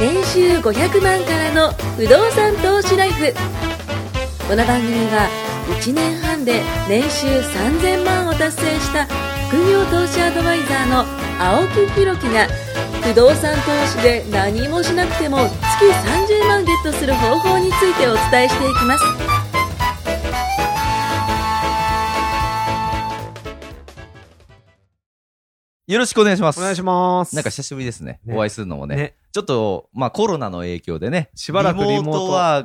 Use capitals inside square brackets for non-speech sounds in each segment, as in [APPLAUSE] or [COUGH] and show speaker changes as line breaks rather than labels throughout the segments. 年収500万からの不動産投資ライフこの番組は1年半で年収3000万を達成した副業投資アドバイザーの青木弘樹が不動産投資で何もしなくても月30万ゲットする方法についてお伝えしていきます
よろしくお願いします。
お願いします。
なんか久しぶりですね。
ね
お会いするのもね。
ね
ちょっと、まあコロナの影響でね。
しばらくリモート
ワー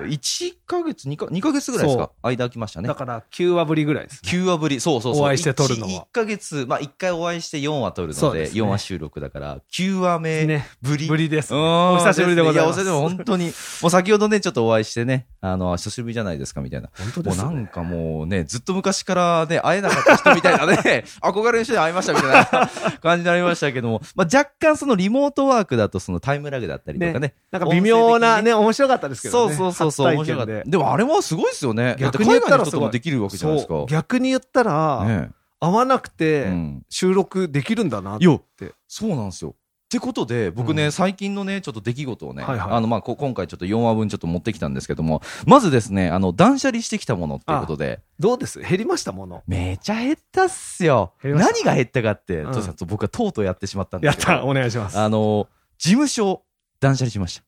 ク、1ヶ月、2か、2ヶ月ぐらいですか
そ
間空きましたね
だ。から9話ぶりぐらいです、ね。
9話ぶり、そうそうそう。
お会いして撮るのは
1ヶ月、まあ1回お会いして4話撮る
そ
の
うで
で、
すね
4話収録だから、9話目
ね
ぶり。
ぶりです。
お
お久しぶりでございます
や、お久しぶり本当に。もう先ほどね、ちょっとお会いしてね、あの、久しぶりじゃないですか、みたいな。
本当
もうなんかもうね、ずっと昔からね、会えなかった人みたいな
[LAUGHS]
ね、憧れの人に会いましたみたいな感じになりましたけども、まあ、若干そのリモートワークだとそのタイムラグだったりとかね。
ねなんか微妙な
音声的にね。
ね、面白かったですけど
そう
ね。
そうそうそう、面
初
白か
体験
っ
で
た。でもあれもすごいですよね。
逆に言ったら
だって海外の人
す
と
ご
も
い
できるわけじゃないですか。
そう逆に言ったら、
ね
会わなく
え
て、
うん
収録できるんだなって。
よそうなんですよ。ってことで、僕ね、
う
最近のね、ちょっと出来事をね、
はいはい
あの、まあ、こ今回ちょっと4話分ちょっと持ってきたんですけども、まずですね、あの、断捨離してきたものっていうことで、
どうです減りましたもの。
めちゃ減ったっすよ。
減りました
何が減ったかって、
うん
父さんと僕はとうとうやってしまったんで
やっ
すけど。
た、お願いします。
あの、事務所を断捨離しまし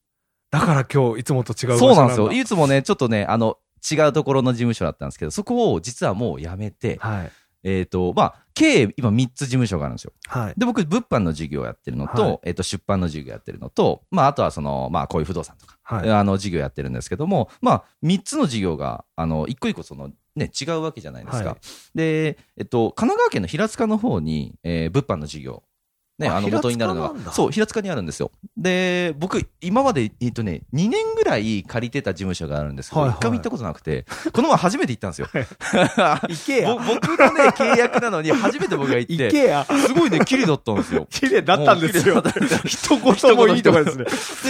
た。
だから今日、いつもと違う場
そう
所
なんですよ。
だ
いつもね、ちょっとね、あの、違うところの事務所だったんですけど、そこを実はもうやめて、
はい。
えっ、と、まあ、計今3つ事務所があるんですよ。
はい。
で、僕、物販の授業をやってるのと、
はい
えっ、と、出版の授業やってるのと、まあ、あとはその、まあ、こういう不動産とか、
はい。
あの、授業やってるんですけども、まあ、3つの授業が、あの、一個一個その、ね、違うわけじゃないですか。
はい
で、えっと、神奈川県の平塚の方に、えー物販の授業。ね、
あ
あの
平塚
元になるの
なん
が
だ
そう平塚にあるんですよで僕今までえっとね2年ぐらい借りてた事務所があるんですけど、
はいはい
一回も行ったことなくてこの前初めて行ったんですよ [LAUGHS]
行けや。
ぼ僕のね契約なのに初めて僕が行っ
行
て
けや。
すごいね綺麗だったんですよ
綺麗だったんですよ
もう。綺麗だった
一言もいいとかですね。
で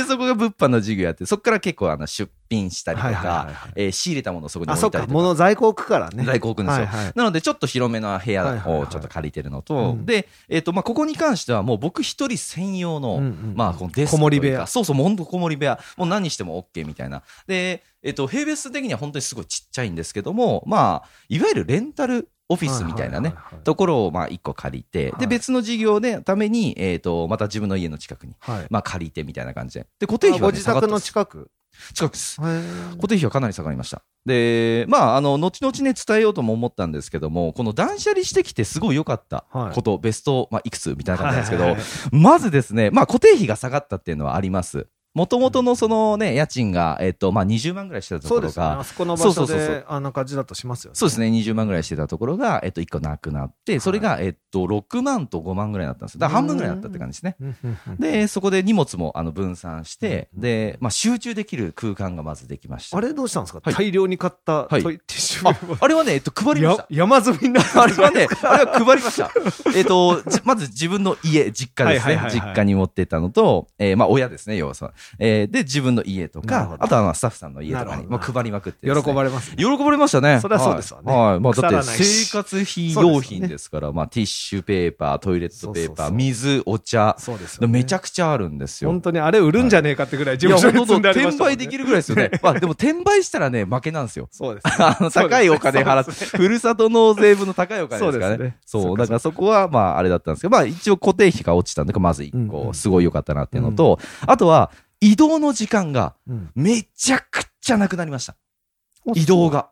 そこが物販の授業やってそこから結構あの出品したりとか、
はいはいはいはい
えー仕入れたものをそこに
あ、
置
そ
い
った
り
か。
とか
物在庫置くからね。
在庫置くんですよ
はいはい
なので、ちょっと広めな部屋
はいはいは
を
い
ちょっと借りてるのと、
うん
で、えっ、と、まあ、ここに関してはもう僕一人専用の、
うんうん
まあ、このデスクというか。
こもり部屋
そうそう、もうほんとこもり部屋。もう何しても OK みたいな。で、えっ、と、平米数的には本当にすごいちっちゃいんですけども、まあ、いわゆるレンタルオフィスみたいなね
は、は
ところをまあ、一個借りて、
は
で、
い
別の事業でために、えっ、と、また自分の家の近くに、
はいはい。はい
まあ、借りてみたいな感じで。で、固定費
ご
は、ね、
自
下がった
宅
ん
の
です
近く
近くです。
こ
固定費はかなり下がりました。で、まあ、あの、後々ね、伝えようとも思ったんですけども、この断捨離してきてすごい良かったこと、ベスト、まあ、いくつみたいな感じなんですけど、まずですね、まあ、固定費が下がったっていうのはあります。もともとのそのね、家賃が、えっと、まあ、20万ぐらいしてたと
そ
こ
うで
ろ
すね。あ
が、
そこの場
そう
所
そうそうそう
であんな感じだとしますよね。
そうですね、20万ぐらいしてたところが、えっと、1個なくなって、それが、えっと、6万と5万ぐらいになったんですよ。だから半分ぐらいになったって感じですね。
うんうんうん
で、そこで荷物もあの分散して、
うん
で、まあ、集中できる空間がまずできました。
あれどうしたんですか
はい
大量に買った
は
ト
い
イティッシ
あ
ュ
あれはね、えっと、配りました
や。山積みにな
[LAUGHS]
る
あれはね、あれは配りました。えっと、じまず自分の家、実家です
はい
ね
はい。はいはい
実家に持ってったのと、えーまあ親ですね、要はその。えーで、自分の家と
なるほ
か、
ど
あとはまあスタッフさんの家とか
なる
に
ほ
ま
ど
あ配りまくってですね、
喜ばれますね。
喜ばれましたね。
それはそうですわね
はい。はいまあ、だっ
腐
て
らないし
生活費用品ですから、まあティッシュペーパー、トイレットペー
そうそう
パー、
そう
水、お茶、
そうですよね。
めちゃくちゃあるんですよ
本。当にあれ売るんじゃねえかってぐらい事
いや
務所に
ほ
積
ん
ん
と
でありま
転
したもん
売
ね。
できるぐらいですよね。まあでも転売したらね、負けなんですよ。
そうですね。
あの、高いお金払って、ふるさと納税分の高いお金ですから
そうです
ね
ね。
そ。
そうう
だ
か
からそこは、まあ、あれだったんですけど、まあ、一応固定費が落ちたんで、まず一
うんう
個、
ん
すごい良かったなっていうのと、あとは、移動の時間が
うん
めちゃくちゃなくなりました。移動が。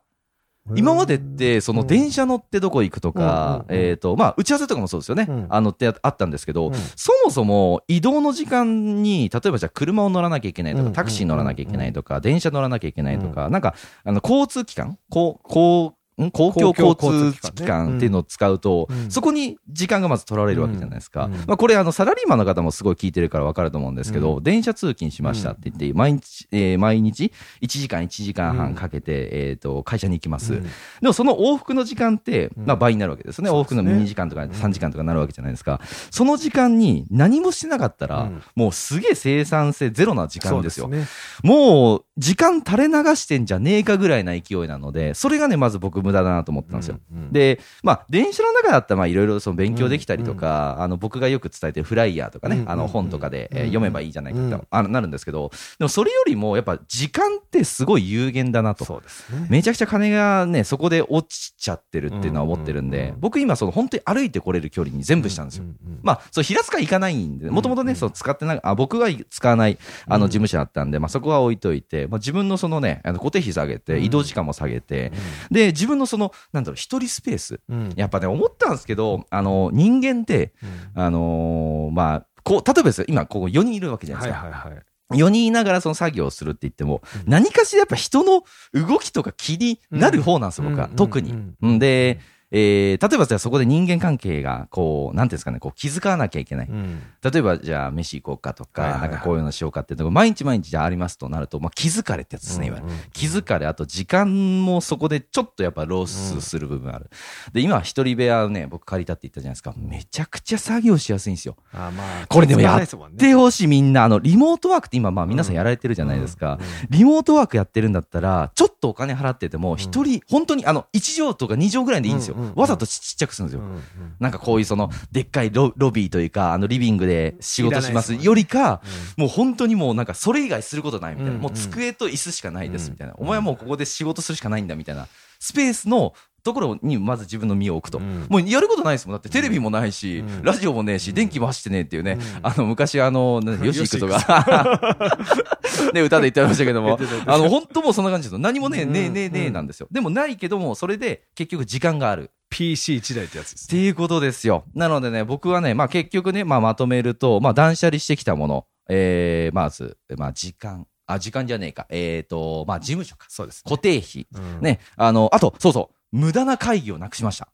今までって、その電車乗ってどこ行くとか、
うんうんうん
えっと、まあ、打ち合わせとかもそうですよね
うん。
あの、ってあったんですけど
うん、
そもそも移動の時間に、例えばじゃあ車を乗らなきゃいけないと
う
か、
んうんうん
タクシー乗らなきゃいけないとか、電車乗らなきゃいけないとか、なんか、あの、交通機関こう、こう、ん公共
公共
交
交通機関ね
通機関っていうのを使うと
う、ん
そこに時間がまず取られるわけじゃないですか。
うんうん
まあこれあのサラリーマンの方もすごい聞いてるからわかると思うんですけど、
う
電車通勤しましたって言って、毎日、えー毎日1時間1時間半かけて、えっと、会社に行きます。
うん
でもその往復の時間って、
うん
まあ倍になるわけですね。
そう
往
で
復
すね
の2時間とか3時間とかなるわけじゃないですか。その時間に何もしてなかったら、
うん
もうすげえ生産性ゼロな時
そ
間
う
ですよ。
ね。
もう時間垂れ流してんじゃねえかぐらいな勢いなので、それがね、まず僕無駄だなと思ったんですよ。
うんうん
で、まあ、電車の中だったら、まあ、いろいろその勉強できたりとか、あの、僕がよく伝えてるフライヤーとかね、
うんうんうん
あの、本とかで、えー
うんうん
読めばいいじゃないかって、
うん
あのなるんですけど、でも、それよりも、やっぱ、時間ってすごい有限だなと。
そうですね。
[LAUGHS] めちゃくちゃ金がね、そこで落ちちゃってるっていうのは思ってるんで、
うんうんうん
僕今、その、本当に歩いてこれる距離に全部したんですよ。
うううん
まあ、そう平塚行かないんで、もともと
うんう
ね、
ん
その使ってなあ、僕は使わないあ
う
の
ん
事務所だったんで、まあ、そこは置いといて、まあ、自分のそのね、あの固定費下げて、
うん
移動時間も下げて、で、自分のその、なんだろう、一人スペース、
うん
やっぱね、思ったんですけど、あの人間って、
うん
あのーまあ、こう例えばですよ、今、ここ4人いるわけじゃない
は
です
い
か、
はいはい。
4人いながらその作業をするって言っても、
うん
何かしらやっぱ人の動きとか気になる方なんですよ、僕は、
うん
特
う
に
ん。
うんで、えー例えばじゃあそこで人間関係が、こう、なんていうんですかね、こう気づかなきゃいけない。
うん
例えばじゃあ飯行こうかとか、
はいはいはい
なんかこういうのしようかっていうのが毎日毎日じゃあありますとなると、まあ、気づかれってやつですね、いわゆる
うんうん
気づかれあと時間もそこでちょっとやっぱロースする部分ある、で今一人部屋をね僕借りたって言ったじゃないですかめちゃくちゃ作業しやすいんですよ
あまあ、
これでもやっ
つまらないですもんね
でほしいみんなあのリモートワークって今まあ皆さんやられてるじゃないですか、リモートワークやってるんだったら、ちょっとお金払ってても、一人、本当にあの、1畳とか2畳ぐらいでいいんですよ
うんうんうん。
わざとちちっちゃくするんです
う
よ
ん。うんうん
なんかこういうその、でっかいロロビーというか、あのリビングで仕事します
いらないですもんね
よりか
うん、
もう本当にもうなんかそれ以外することないみたいな。
うん
もう机と椅子しかないですみたいな。
うん
お前はもうここで仕事するしかないんだみたいな。スペースのところにまず自分の身を置くと。
うん
もうやることないですもん。だってテレビもないし、
うん
ラジオもねえし、電気も走ってねえっていうね。
うん
あの、昔あの、
[LAUGHS]
なんよし
よ
行
し
く
行
と
く
か、 [LAUGHS] ね、歌で言ってましたけど
[LAUGHS]
も
言ってた言って、た
あの、本当もうそんな感じですよ。何もねえ、
うん
ねえねえねえなんですよ。でもないけども、それで結局時間がある。
PC1 台ってやつです
っていうことですよ。なのでね、僕はね、まあ結局ね、まあまとめると、まあ断捨離してきたもの、えー、まず、まあ時間、あ、時間じゃねえか、えーと、まあ事務所か、
そうです。
固定費、
うん
ね、あの、あと、そうそう、無駄な会議をなくしました。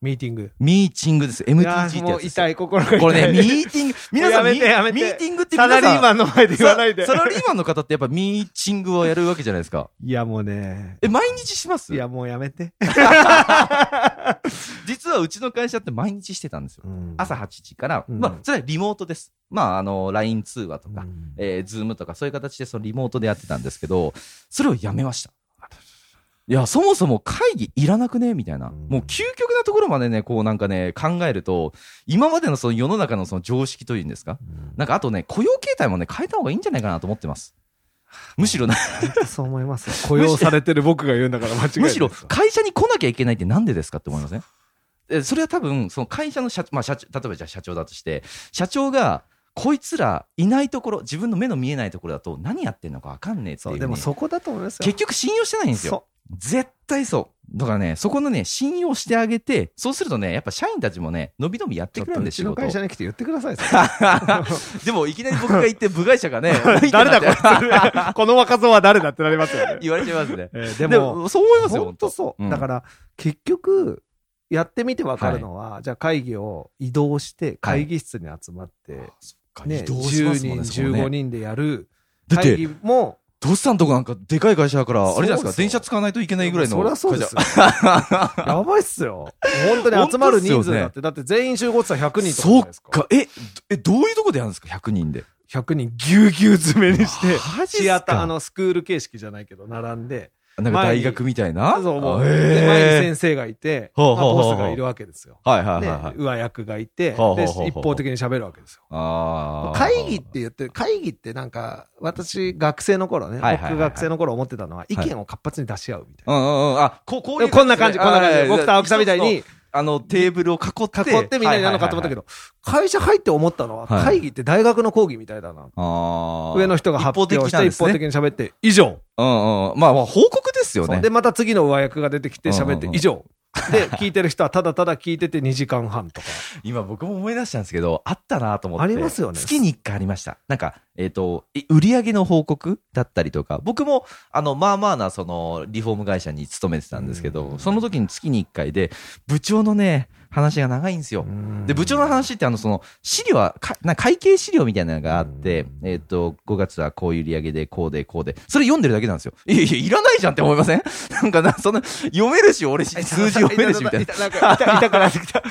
ミーティング。
ミーティングです。
い
MTG
や
って
ー
やつ
もう
ですよ
痛い、心が痛い。
これね、ミーティング、皆さん、
やめてやめて
ミーティングって
サ
皆
ラ
さん
リーマンの前で言わない
[LAUGHS]
で
サ。サラリーマンの方ってやっぱミーティングをやるわけじゃないです
[LAUGHS]
か。
いや、もうね。
え、毎日します
いや、もうやめて。
実はうちの会社って毎日してたんですよ。朝8時から、
うん
まあ、それはリモートです。まあ、あの、LINE 通話とか、
うん
えー、Zoom とか、そういう形でそのリモートでやってたんですけど、それをやめました。いや、そもそも会議いらなくねみたいな。
うん
もう究極なところまでね、こうなんかね、考えると、今までのその世の中のその常識というんですかなんかあとね、雇用形態もね、変えた方がいいんじゃないかなと思ってます。むしろな、
そう思いますよ。雇用されてる僕が言うんだから間違いない。
むしろ会社に来なきゃいけないってなんでですかって思いませんえそれは多分その会社の社,、まあ、社長例えばじゃあ社長だとして社長がこいつらいないところ自分の目の見えないところだと何やってんのか分かんねえってい,、
そうう、でもそこだと思いますよ。
結局信用してないんですよ
そ
絶対そうだからねそこのね信用してあげてそうするとねやっぱ社員たちもね伸び伸びやっ
う。ち
て
ょっ
くれる
と
んで
う
仕
ちの
事を
会社に来て言ってください。
[LAUGHS] でもいきなり僕が言って部外者がね
[LAUGHS] 誰だこい [LAUGHS] つこの若造は誰だってなりますよね。
言われちゃいますね
えー
で
で
も
も、
そう思いますよ
本当そう、
うん
だから結局やってみて分かるのは、じゃあ会議を移動して会議室に集まって、ね、
移動しま
10
すも
人
んねそこね
15人でやる
だって
会議も
トスさんとこなんかでかい会社だから、あれじゃない
そ
で
うですす
か、
よ
電車使わないといけないぐらいの
そりゃ
会社。
そうですよ [LAUGHS] やばいっすよ本当に集まる人数だって、だって全員集合って言ったら100人とかじゃ
そ
な
っ
いですか
か、え、え、どういうとこでやるんですか、100人で。
100人ぎゅうぎゅう詰めにして
マジっす
シ
か
アターあのスクール形式じゃないけど並んで
なんか大学みたいな。
そうもう
あ
で前に
へえ
先生がいて、ま
ほ
あ、
うほうほうほう
ボスがいるわけですよ
はいはい
で
はいはい。
上役がいてで
ほうほうほうほう
一方的に喋るわけですよ
あー
会議って言って、会議ってなんか、私、学生の頃ね、
はいはいはいはい
僕学生の頃思ってたのは、意見を活発に出し合うみたい
うんうんうん。あ、こう、こうい
な。
う
こんな感じ、
で
こんな感
はいは
じ。
い
僕と青木さんみたいに、囲
一つのあの、テーブルを囲って。
ってみんなになるのかと思ったけ
ど。
ど、会社入って思ったのは、
はい
会議って大学の講義みたいだな。
あー
上の人が発表して、一
一方
方
的なんで
的
すね
に喋って、以上。
うんうん。まあまあ、報告ですよ
そう
ね。
で、また次の上役が出てきて喋
う
っ
んう
て
んう、ん
以上。で、聞いてる人はただただ聞いてて2時間半とか。
今僕も思い出したんですけど、あったなと思って。
ありますよね
月に1回ありました。なんか、えっ、と、い売上の報告だったりとか、僕も、あの、まあまあな、その、リフォーム会社に勤めてたんですけど、その時に月に1回で、部長のね、話が長いんですよ。で、部長の話って、あの、その、資料は、かなんか会計資料みたいなのがあって、えっ、と、5月はこういう売上で、こうで、こうで、それ読んでるだけなんですよ。いやいや、いらないじゃんって思いません [LAUGHS] なんかな、そんな、読めるし、俺、
[LAUGHS]
数字読めるし、みたいな。
な。んか、
[LAUGHS]
痛くなってきた。痛くな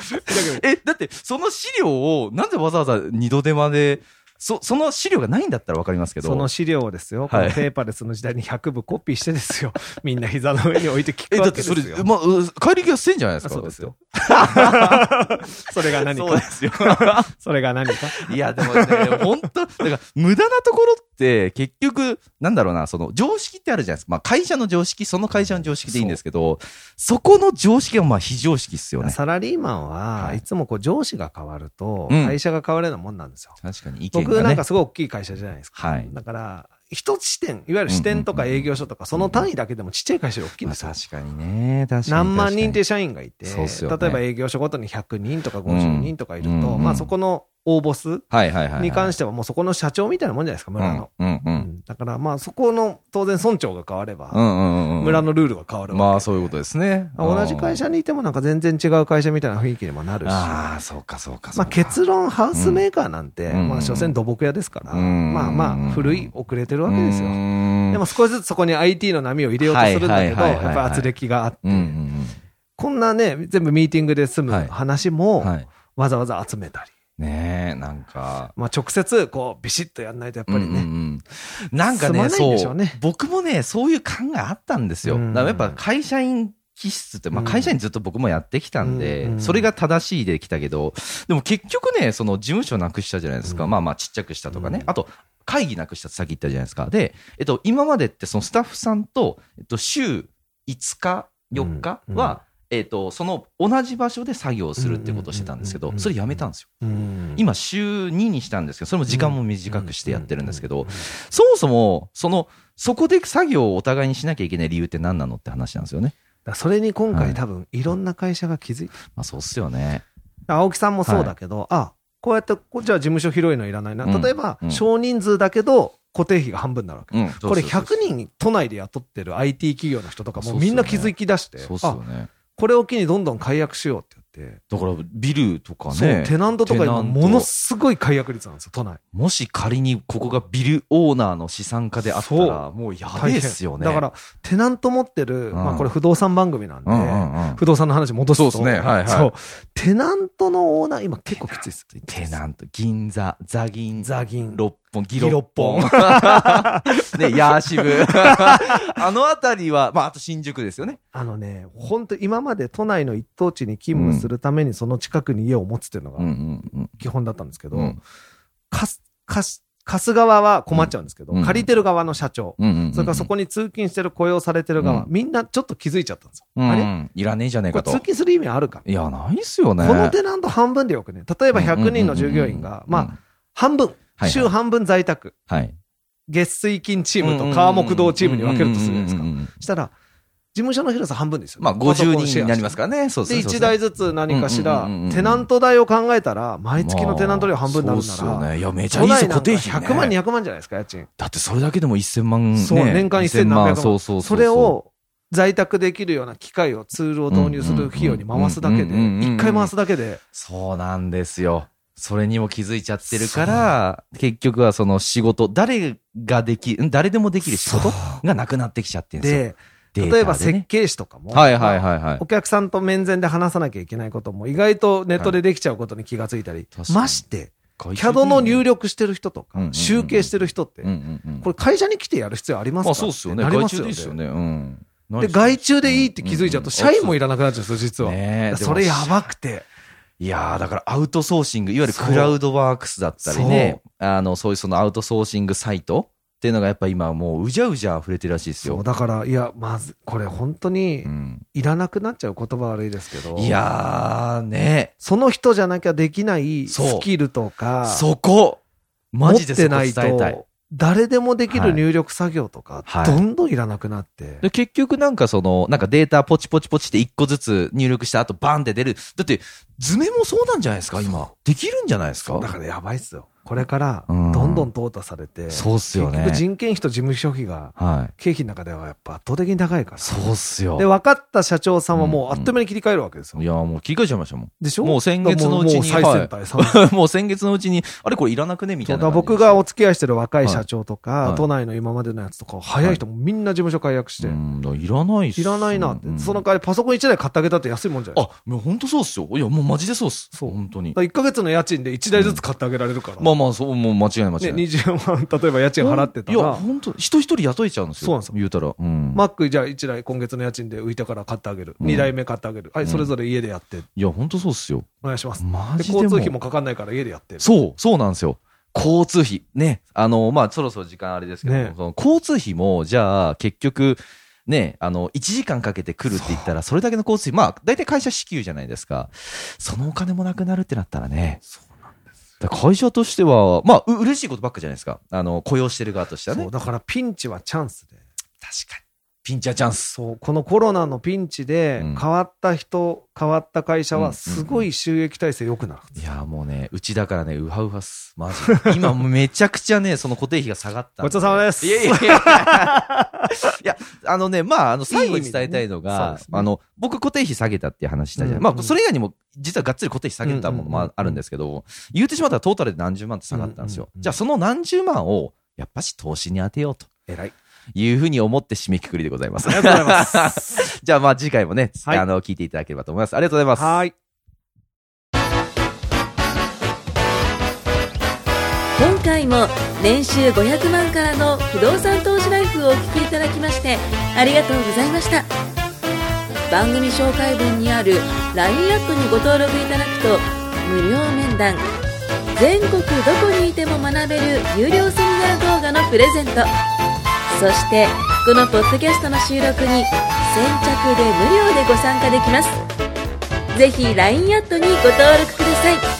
ってきた
え、だって、その資料を、なんでわざわざ二度手間で、そその資料がないんだったら分かりますけど
その資料をですよ、このペーパーレスの時代に100部コピーしてですよ、 [LAUGHS] みんな膝の上に置いて聞く
えだ
わ
っ
け
て
です
そ
よ。
れ、まあ、う帰り際せんじゃないですか
あそうですよ
だっ
それが
て
何
そうで
か。
すよ
[LAUGHS] それが何か。
いやでもね本当だから無駄なところって結局なんだろうなその常識ってあるじゃないですか、まあ、会社の常識その会社の常識でいいんですけどそこの常識はまあ非常識っすよね
サラリーマンは、
はい
い、つもこう上司が変わると、
うん
会社が変わるようなもんなんですよ。
確かに意見
僕
が
なん
ね
かすごい大きい会社じゃないですか。
はい
だから、一視点、いわゆる支店とか
うんうんうん
営業所とか、その単位だけでもちっちゃい会社で大きいん
まあ
ですよ。
確かにね確かに
何万人って
確かに
社員がいて、
そうっすよね
例えば営業所ごとに100人とか50人とかいると、
うんうんうん
まあそこの応募数
はいはいはいはい
に関してはもうそこの社長みたいなもんじゃないですか、村の。
うんうんう
うんんだからまあそこの当然村長が変われ
う
ば、
んうんうんうん
村のルールが変わるわけで
まあそういうことですね
同じ会
うん
社にいてもなんか全然違う会社みたいな雰囲気にもなるし。
ああそうかそうかそ
ま
う
あ、
か
結論、ハウスメーカーなんて、
うん
まあ、所詮土木屋ですから、
うん
まあまあ、古い、遅れてるわけですよ
う。ん
でも少しずつそこに IT の波を入れようとするんだけど、
はいはいは
やっ
いはいはい
ぱ圧力があって、
うんうん
こんなね、全部ミーティングで済む
はい
話
うん
も、
はい
わざわざ集めたり、
ねえなんか
まあ、直接、こう、ビシッとやんないと、やっぱり
うんうん
ね、
うんなんか
進ま
ね
ないんでしょ
そうう
ね
僕もねそういう感があったんですよ、
うん
だからやっぱ会社員気質って、まあ、
うん
会社員ずっと僕もやってきたんで、
うん
それが正しいできたけどでも結局ねその事務所なくしたじゃないですか、
うん
まあまあちっちゃくしたとかね、
うん
あと会議なくしたってさっき言ったじゃないですかで、えっと、今までってそのスタッフさんと、えっと、週5日4日
うん
は、えっと、その同じ場所で作業するってことをしてたんですけ
うん
ど
うんうんうん
それやめたんですよ
うん
今週2にしたんですけどそれも時間も短くしてやってるんですけどそもそもそのそこで作業をお互いにしなきゃいけない理由って何なのって話なんですよね。
だからそれに今
は
回、
い
多分いろんな会社が気づいて、
まあそうっすよね。
青木さんもそうだけど、あこうやって、こじゃあ事務所広いのいらないな、
うん
例えば
うん
少人数だけど、固定費が半分になるわけ。
うん、
これ100人都内で雇ってる IT 企業の人とかもうみんな気づき出して、
そうっすよ
あ
ね。
これを機にどんどん解約しようって言って、
だからビルとか
そう
ね
テナントとか
テナ
今
ント
ものすごい解約率なんですよ都内
もし仮にここがビルオーナーの資産家であった
そ
らもうやべえっすよね。
だからテナント持ってる、
ん
まあ、これ不動産番組なんで、
うんうんうん
不動産の話戻すと
そうですねはいはい
そうテナントのオーナー今結構きついです
テナント銀座ザ銀
ザ銀
六本木
ギロッ
六
ポン
本 [LAUGHS] ねヤーシブ [LAUGHS] あの辺りはまああと新宿ですよね。
あのね本当今まで都内の一等地に勤務するためにその近くに家を持つっていうのが
んうん
基本だったんですけど、
うん
貸す貸す貸す側は困っちゃうんですけど、
うん
借りてる側の社長、
うんうんうんうん
それからそこに通勤してる雇用されてる側、
うん
みんなちょっと気づいちゃったんですよ。
うん
あれ
いらねえじゃねえ
こ
か
れ通
と。
勤する意味あるか、
いや、ないっすよね。
このテナント半分でよくね。例えば100人の従業員が、
うんうんうんうん
まあ、半分、
はい
週半分在宅、
はい。
月水金チームと川木堂チームに分けるとするじゃないですか
うんうんうんうん。
したら、事務所の広さ半分ですよ。
まあ、50人になります
か
からね。そう
で、
そうそう
1台ずつ何かし
う
ら
んうんうんうん、
テナント代を考えたら、毎月のテナント料半分になるな
まあそうっすよ
ら、
ね。いや、めちゃい
都
いです
内
よ、
な
固
んか
定費、ね。
100万、200万じゃないですか、家賃。
だってそれだけでも1000万、ね。
そう、年間1700万。
そうそうう
それ、を在宅できるような機械を、ツールを導入する費用に回すだけ
うん
で、
うんうんうんうんうん
一回回すだけで、
そうなんですよ。それにも気づいちゃってるから、結局はその仕事、誰ができ、ん誰でもできる仕事がなくなってきちゃってるんですよ。
で、例え
データ
ば
で
設
ね
計士とかも、
はいはいはいはい
お。客さんと面前で話さなきゃいけないことも、意外とネットでできちゃうことに気がついたり
確か、に
まして、CAD の入力してる人と
うんうんう
か、
ん
集計してる人って
う、んうんうん、
これ会社に来てやる必要ありますか
まあそうっすよね。
なり
外
ます
注
よ
でい
ね。
いっすよね。うん。ない
で、
っすよ
外注でいいって気づいちゃ
うんうんう
うと、
ん
社員もいらなくなっちゃうんですよ、実は。
ねえ
それ
で
や
も
ばくて。
いやーだからアウトソーシング、いわゆるクラウドワークスだったりね、あの、そういうそのアウトソーシングサイトっていうのがやっぱ今もううじゃうじゃ溢れてるらしいです
そう、
よ。
だから、いや、まず、これ本当に
う、ん、
いらなくなっちゃう言葉悪いですけど。
いやーね、
その人じゃなきゃできない
そう
スキルとか、
そこマ
持っ
ジで
て
そこ
な
伝え
い
たい。
と、誰でもでき
は
る
い
入力作業とか、
はい
どんどんいらなくなって。
で結局なんかその、なんかデータポチポチポチって一個ずつ入力した後バンって出る。だって図面もそうなんじゃないですか今。できるんじゃないですか
だからやばいっすよ。これから、
う
どん
ん
んどん淘汰されて、
そうっすよね
結局人件費と事務所費が
はい。
経費の中ではやっぱ圧倒的に高いから。
そうっすよ。
で、分かった社長さんはもうあっという間に切り替えるわけですよ。
いや、もう切り替えちゃいましたもん。
でしょ
もう先月のうちに
もも最先
[LAUGHS]
端最先端
もう先月のうちに、あれこれいらなくねみたい
そ
うな感
だ
じで
僕がお付き合いしてる若い社長とか、
はい
都内の今までのやつとか、早い人もみんな事務所解約して、
うん、だからいらないっす
いらないなって、
うん
その代わりパソコン1台買ってあげたって安いもんじゃない
あ、もう本当そうっすよ。いや、もうマジでそうっす。
そう
本当に。
1か月の家賃で1台ずつ買ってあげられるから、
まあまあ、そう、もう間違いない間違い
ね、
ない。
20万、 [LAUGHS] 例えば家賃払ってた
いや、
ら、
本当人一人雇えちゃうんですよ。
そうなんですよ
言うたら。うん。
マックじゃあ1台、今月の家賃で浮いたから買ってあげる、
うん
2台目買ってあげる、は
う
い、
ん
それぞれ家でやって、
いや、本当そうっすよ。
お願いします。
マ
で
ジでう
交通費もかかんないから家でやってる。
そう、そうなんですよ。交通費。ね。あの、まあ、そろそろ時間あれですけど、
ね
その交通費も、じゃあ、結局、ね、あの、1時間かけて来るって言ったら、それだけの交通費、まあ、大体会社支給じゃないですか。そのお金もなくなるってなったらね。だから会社としては、まあ、う嬉しいことばっかじゃないですか。あの、雇用してる側としてはね。
そう
確
だからピンチはチャンスで。
かに。ピンチャーチャンス。
そうこのコロナのピンチで
うん
変わった人、変わった会社
うん
はすごい収益体制良くなる、
いやーもうね、うちだからね、うはうはっす。マジ [LAUGHS] で。今めちゃくちゃね、その固定費が下がったん。
ごちそうさまです
いやいやいや。いや、あのね、まあ、あの、最後に伝えたいの
いい意味でねそう
が
です、ね
あの、僕固定費下げたっていう話したじゃ。
うんん
まあ、それ以外にも、実はがっつり固定費下げたもの
うんうんうん
も
うん
あるんですけど、言ってしまったらトータルで何十万って下がったんですよ
うんうんう。ん
じゃあその何十万を、やっぱし投資に当てようと
偉い
いうふうに思って締めくくりでございます
あ。りがとうございます。
[LAUGHS] じゃあまあ次回もね、
はい
あの、聞いていただければと思います。ありがとうございます。
[LAUGHS] はい。
今回も年収500万からの不動産投資ライフをお聞きいただきましてありがとうございました番組紹介文にある LINE アップにご登録いただくと無料面談全国どこにいても学べる有料セミナー動画のプレゼントそしてこのポッドキャストの収録に先着で無料でご参加できますぜひ LINE アットにご登録ください